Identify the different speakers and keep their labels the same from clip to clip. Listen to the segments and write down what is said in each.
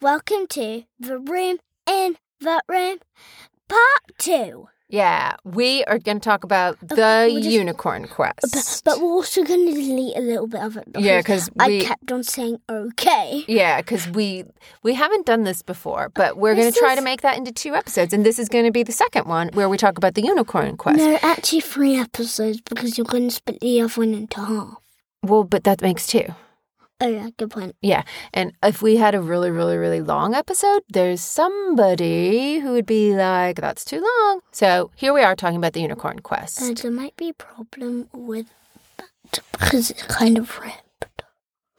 Speaker 1: Welcome to the room in the room, part two.
Speaker 2: Yeah, we are going to talk about the
Speaker 1: we'll just-
Speaker 2: unicorn
Speaker 1: But,
Speaker 2: quest.
Speaker 1: but we're also going to delete a little bit of it.
Speaker 2: yeah, because
Speaker 1: I
Speaker 2: we
Speaker 1: kept on saying okay.
Speaker 2: yeah, because we we haven't done this before, but we're going
Speaker 1: This
Speaker 2: to try to
Speaker 1: is-
Speaker 2: make that into two episodes, and this is going to be the second one where we talk about the unicorn quest.
Speaker 1: No, actually, three episodes because you're going to split the other one into half.
Speaker 2: Well, but that makes two.
Speaker 1: Oh, yeah, good point.
Speaker 2: Yeah. And if we had a really, really, really long episode, there's somebody who would be like, that's too long. So here we are talking about the unicorn quest.
Speaker 1: Uh, there might be a problem with that because it's kind of ripped.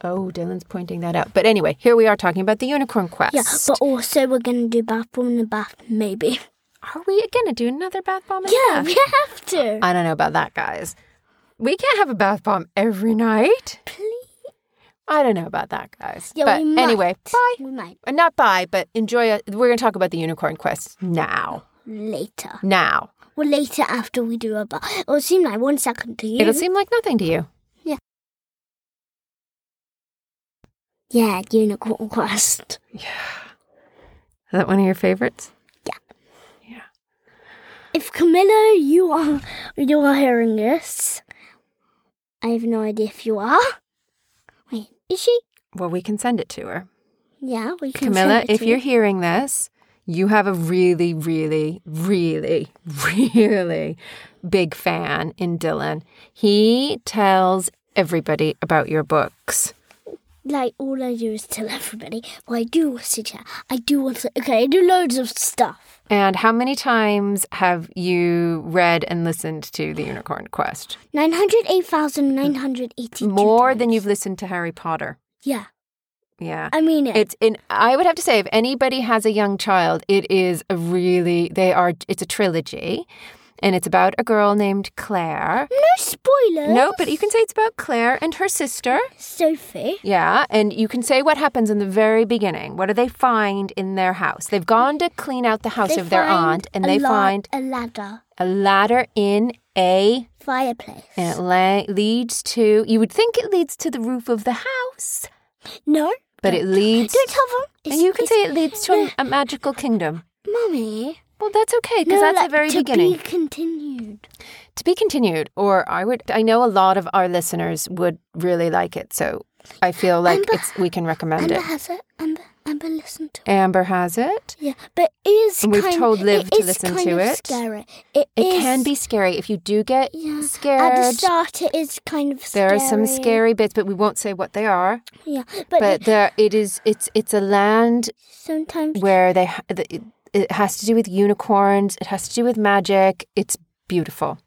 Speaker 2: oh, Dylan's pointing that out. But anyway, here we are talking about the unicorn quest.
Speaker 1: Yeah, but also we're going to do bathroom in the bath, maybe.
Speaker 2: are we going to do another bath bomb? in
Speaker 1: Yeah,
Speaker 2: the
Speaker 1: we
Speaker 2: bath?
Speaker 1: have to.
Speaker 2: I don't know about that, guys. We can't have a bath bomb every night.
Speaker 1: Please.
Speaker 2: I don't know about that, guys.
Speaker 1: Yeah,
Speaker 2: but
Speaker 1: we might.
Speaker 2: anyway, bye.
Speaker 1: We might
Speaker 2: Uh, Not bye, but enjoy. A, we're going to talk about the unicorn quest now.
Speaker 1: later.
Speaker 2: Now.
Speaker 1: Well, later after we do a bath. It'll seem like one second to you.
Speaker 2: It'll seem like nothing to you.
Speaker 1: yeah, unicorn quest.
Speaker 2: Is that one of your favorites?
Speaker 1: If Camilla, you are you are hearing this, I have no idea if you are. Wait, is she?
Speaker 2: Well, we can send it to her.
Speaker 1: Yeah, we can.
Speaker 2: Camilla,
Speaker 1: send it
Speaker 2: if
Speaker 1: to
Speaker 2: you're
Speaker 1: her.
Speaker 2: hearing this, you have a really, really, really, really big fan in Dylan. He tells everybody about your books.
Speaker 1: like, all I do is tell everybody. Well, I do want to chat. I do want to. Okay, I do loads of stuff.
Speaker 2: And how many times have you read and listened to The Unicorn Quest?
Speaker 1: Nine hundred eight thousand nine hundred eighty.
Speaker 2: More than you've listened to Harry Potter.
Speaker 1: Yeah,
Speaker 2: Yeah.
Speaker 1: I mean it.
Speaker 2: It's in I would have to say if anybody has a young child, it is a really they are it's a trilogy and it's about a girl named Claire.
Speaker 1: no spoilers.
Speaker 2: No, but you can say it's about Claire and her sister.
Speaker 1: Sophie.
Speaker 2: Yeah, and you can say what happens in the very beginning. What do they find in their house? They've gone to clean out the house
Speaker 1: they
Speaker 2: of their
Speaker 1: find
Speaker 2: aunt and
Speaker 1: a
Speaker 2: they
Speaker 1: la-
Speaker 2: find
Speaker 1: a ladder
Speaker 2: a ladder in a
Speaker 1: fireplace.
Speaker 2: and it la- leads to you would think it leads to the roof of the house,
Speaker 1: No,
Speaker 2: but it leads
Speaker 1: don't tell them.
Speaker 2: and you can say it leads to a, a magical kingdom.
Speaker 1: "Mummy,"
Speaker 2: Well, that's okay
Speaker 1: no,
Speaker 2: because that's
Speaker 1: like,
Speaker 2: the very
Speaker 1: to
Speaker 2: beginning.
Speaker 1: be continued.
Speaker 2: To be continued, or I would, I know a lot of our listeners would really like it, so I feel like
Speaker 1: Amber-
Speaker 2: it's we can recommend
Speaker 1: Amber
Speaker 2: it.
Speaker 1: has it. Amber, Amber, listen to.
Speaker 2: Amber has it.
Speaker 1: Yeah, but it is.
Speaker 2: And we've
Speaker 1: kind,
Speaker 2: told Liv
Speaker 1: it
Speaker 2: to
Speaker 1: is
Speaker 2: listen
Speaker 1: kind
Speaker 2: to
Speaker 1: of
Speaker 2: it.
Speaker 1: Scary.
Speaker 2: It
Speaker 1: is-
Speaker 2: can be scary if you do get
Speaker 1: Yeah, At the
Speaker 2: scared.
Speaker 1: start, it is kind of.
Speaker 2: There are some
Speaker 1: scary.
Speaker 2: scary bits, but we won't say what they are.
Speaker 1: Yeah, but,
Speaker 2: But there, it is. It's it's a land
Speaker 1: sometimes
Speaker 2: where they ha- the- it, it has to do with unicorns. It has to do with magic. It's beautiful.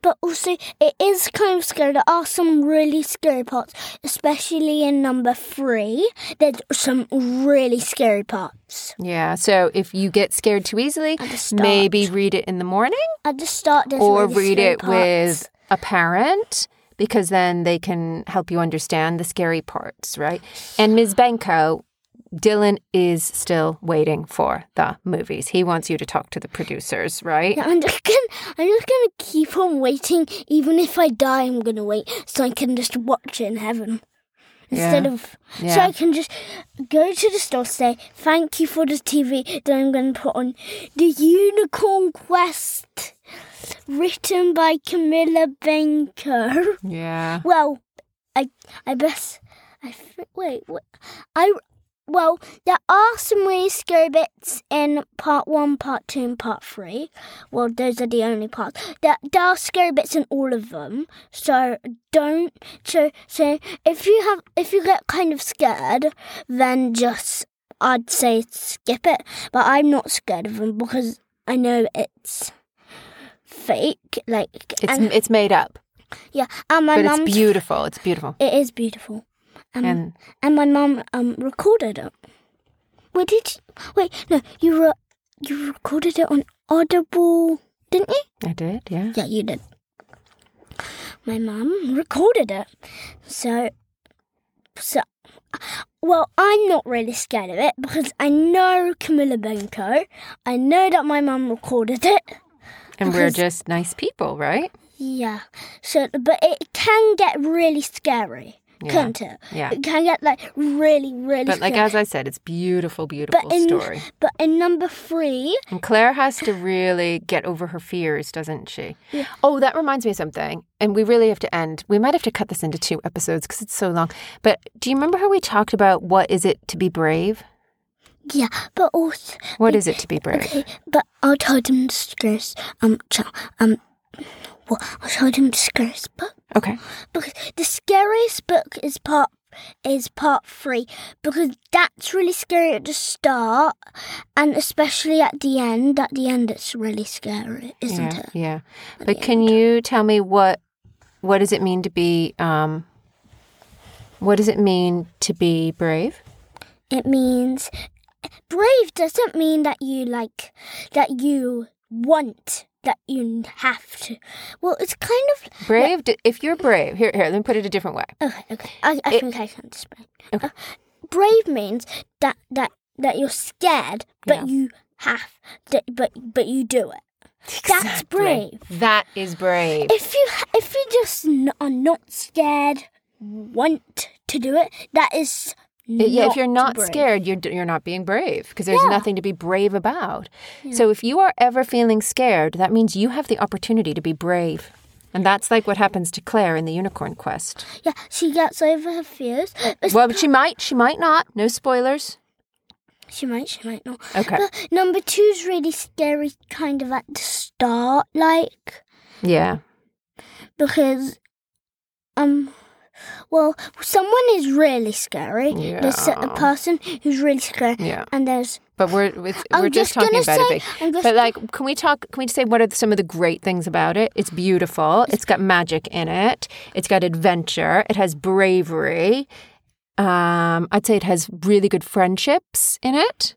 Speaker 1: But also, it is kind of scary. There are some really scary parts, especially in number three. There's some really scary parts.
Speaker 2: Yeah. So if you get scared too easily,
Speaker 1: At the start.
Speaker 2: maybe read it in the morning.
Speaker 1: At the start, there's
Speaker 2: or
Speaker 1: really
Speaker 2: read
Speaker 1: scary
Speaker 2: it
Speaker 1: parts.
Speaker 2: with a parent because then they can help you understand the scary parts, right? And Ms. Benko, Dylan is still waiting for the movies. He wants you to talk to the producers, right?
Speaker 1: Yeah, I'm just gonna, I'm just gonna keep on waiting. Even if I die, I'm gonna wait so I can just watch it in heaven instead
Speaker 2: Yeah.
Speaker 1: of so
Speaker 2: Yeah.
Speaker 1: I can just go to the store, say thank you for the TV. Then I'm gonna put on the Unicorn Quest, written by Camilla Benko.
Speaker 2: Yeah.
Speaker 1: Well, I I guess I thi- wait. What, I well, there are some really scary bits in part one, part two, and part three. Well, those are the only parts. There, there are scary bits in all of them. So don't. So so if you have if you get kind of scared, then just I'd say skip it. But I'm not scared of them because I know it's fake. Like
Speaker 2: It's
Speaker 1: and,
Speaker 2: it's made up,
Speaker 1: yeah, and my
Speaker 2: but
Speaker 1: mum's
Speaker 2: it's beautiful. It's beautiful.
Speaker 1: it is beautiful. Um, and
Speaker 2: And
Speaker 1: my mum um recorded it. Wait, did you, wait no you re- you recorded it on Audible, didn't you?
Speaker 2: I did, yeah.
Speaker 1: Yeah, you did. My mum recorded it, so so. Well, I'm not really scared of it because I know Camilla Benko. I know that my mum recorded it.
Speaker 2: And we're
Speaker 1: because-
Speaker 2: just nice people, right?
Speaker 1: Yeah. So, but it can get really scary.
Speaker 2: Yeah.
Speaker 1: couldn't it?
Speaker 2: Yeah.
Speaker 1: It can get like really, really.
Speaker 2: But like
Speaker 1: scary.
Speaker 2: as I said, it's beautiful, beautiful
Speaker 1: in-
Speaker 2: story.
Speaker 1: but in number three,
Speaker 2: And Claire has to really get over her fears, doesn't she?
Speaker 1: Yeah.
Speaker 2: Oh, that reminds me of something. And we really have to end. We might have to cut this into two episodes because it's so long. But do you remember how we talked about what is it to be brave?
Speaker 1: yeah, but also
Speaker 2: What is it to be brave?
Speaker 1: okay, but I'll tell them to stress um ch- um. Well, I'll tell them the scariest book
Speaker 2: Okay.
Speaker 1: because the scariest book is part is part three because that's really scary at the start and especially at the end. At the end, it's really scary, isn't
Speaker 2: yeah.
Speaker 1: it?
Speaker 2: Yeah. But can you tell me what what does it mean to be um what does it mean to be brave?
Speaker 1: It means brave doesn't mean that you like that you want that you have to. Well, it's kind of oh,
Speaker 2: Brave d if you're brave. Here here, let me put it a different way.
Speaker 1: okay. Okay, I, I
Speaker 2: It-
Speaker 1: think I can explain.
Speaker 2: Okay.
Speaker 1: Uh, brave means that that that you're scared, but
Speaker 2: Yeah.
Speaker 1: you have that, but but you do it. That's
Speaker 2: Exactly.
Speaker 1: brave.
Speaker 2: That is brave.
Speaker 1: If you if you just n- are not scared, want to do it, that is.
Speaker 2: Y- yeah, if you're not
Speaker 1: brave.
Speaker 2: scared, you're d- you're not being brave because there's
Speaker 1: Yeah.
Speaker 2: nothing to be brave about. So if you are ever feeling scared, that means you have the opportunity to be brave. And that's like what happens to Claire in the Unicorn Quest.
Speaker 1: yeah, she gets over her fears. It's-
Speaker 2: Well, but she might, she might not. No spoilers.
Speaker 1: She might, she might not.
Speaker 2: Okay.
Speaker 1: But number two's really scary, kind of at the start, like
Speaker 2: Yeah.
Speaker 1: because, um, well, someone is really scary. There's a- a
Speaker 2: Yeah.
Speaker 1: person who's really scary,
Speaker 2: Yeah.
Speaker 1: and there's.
Speaker 2: But we're it's,
Speaker 1: I'm
Speaker 2: we're
Speaker 1: just
Speaker 2: just,
Speaker 1: gonna
Speaker 2: talking about
Speaker 1: say-
Speaker 2: it. Vic.
Speaker 1: I'm just
Speaker 2: But like, can we talk? Can we say what are some of the great things about it? It's beautiful. It's got magic in it. It's got adventure. It has bravery. Um, I'd say it has really good friendships in it.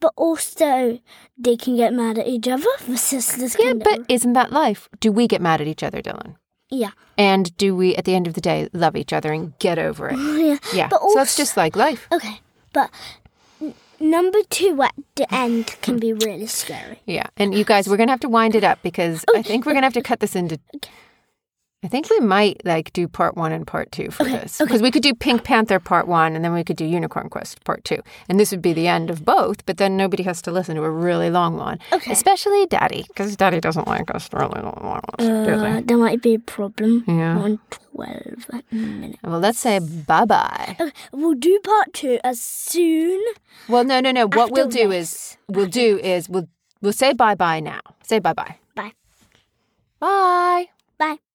Speaker 1: But also, they can get mad at each other. The sisters
Speaker 2: Yeah,
Speaker 1: can.
Speaker 2: but isn't that life? Do we get mad at each other, Dylan?
Speaker 1: yeah,
Speaker 2: And do we, at the end of the day, love each other and get over it?
Speaker 1: yeah.
Speaker 2: Yeah.
Speaker 1: Mm-hmm. But
Speaker 2: so that's
Speaker 1: also-
Speaker 2: just like life.
Speaker 1: Okay, but n- number two at the end can be really scary.
Speaker 2: Yeah. And you guys, we're gonna have to wind it up because I think we're gonna have to cut this into. I think we might like do part one and part two for this because we could do Pink Panther part one and then we could do Unicorn Quest part two, and this would be the end of both. But then nobody has to listen to a really long one,
Speaker 1: Okay.
Speaker 2: especially Daddy because Daddy doesn't like us really long ones. do they?
Speaker 1: Uh, there might be a problem
Speaker 2: Yeah.
Speaker 1: on 12 at the minute.
Speaker 2: Well, let's say bye bye.
Speaker 1: Okay, we'll do part two as soon.
Speaker 2: Well, no, no, no. What we'll
Speaker 1: After
Speaker 2: do
Speaker 1: this.
Speaker 2: is we'll do is we'll we'll say bye bye now. Say bye bye.
Speaker 1: Bye.
Speaker 2: Bye.
Speaker 1: Bye.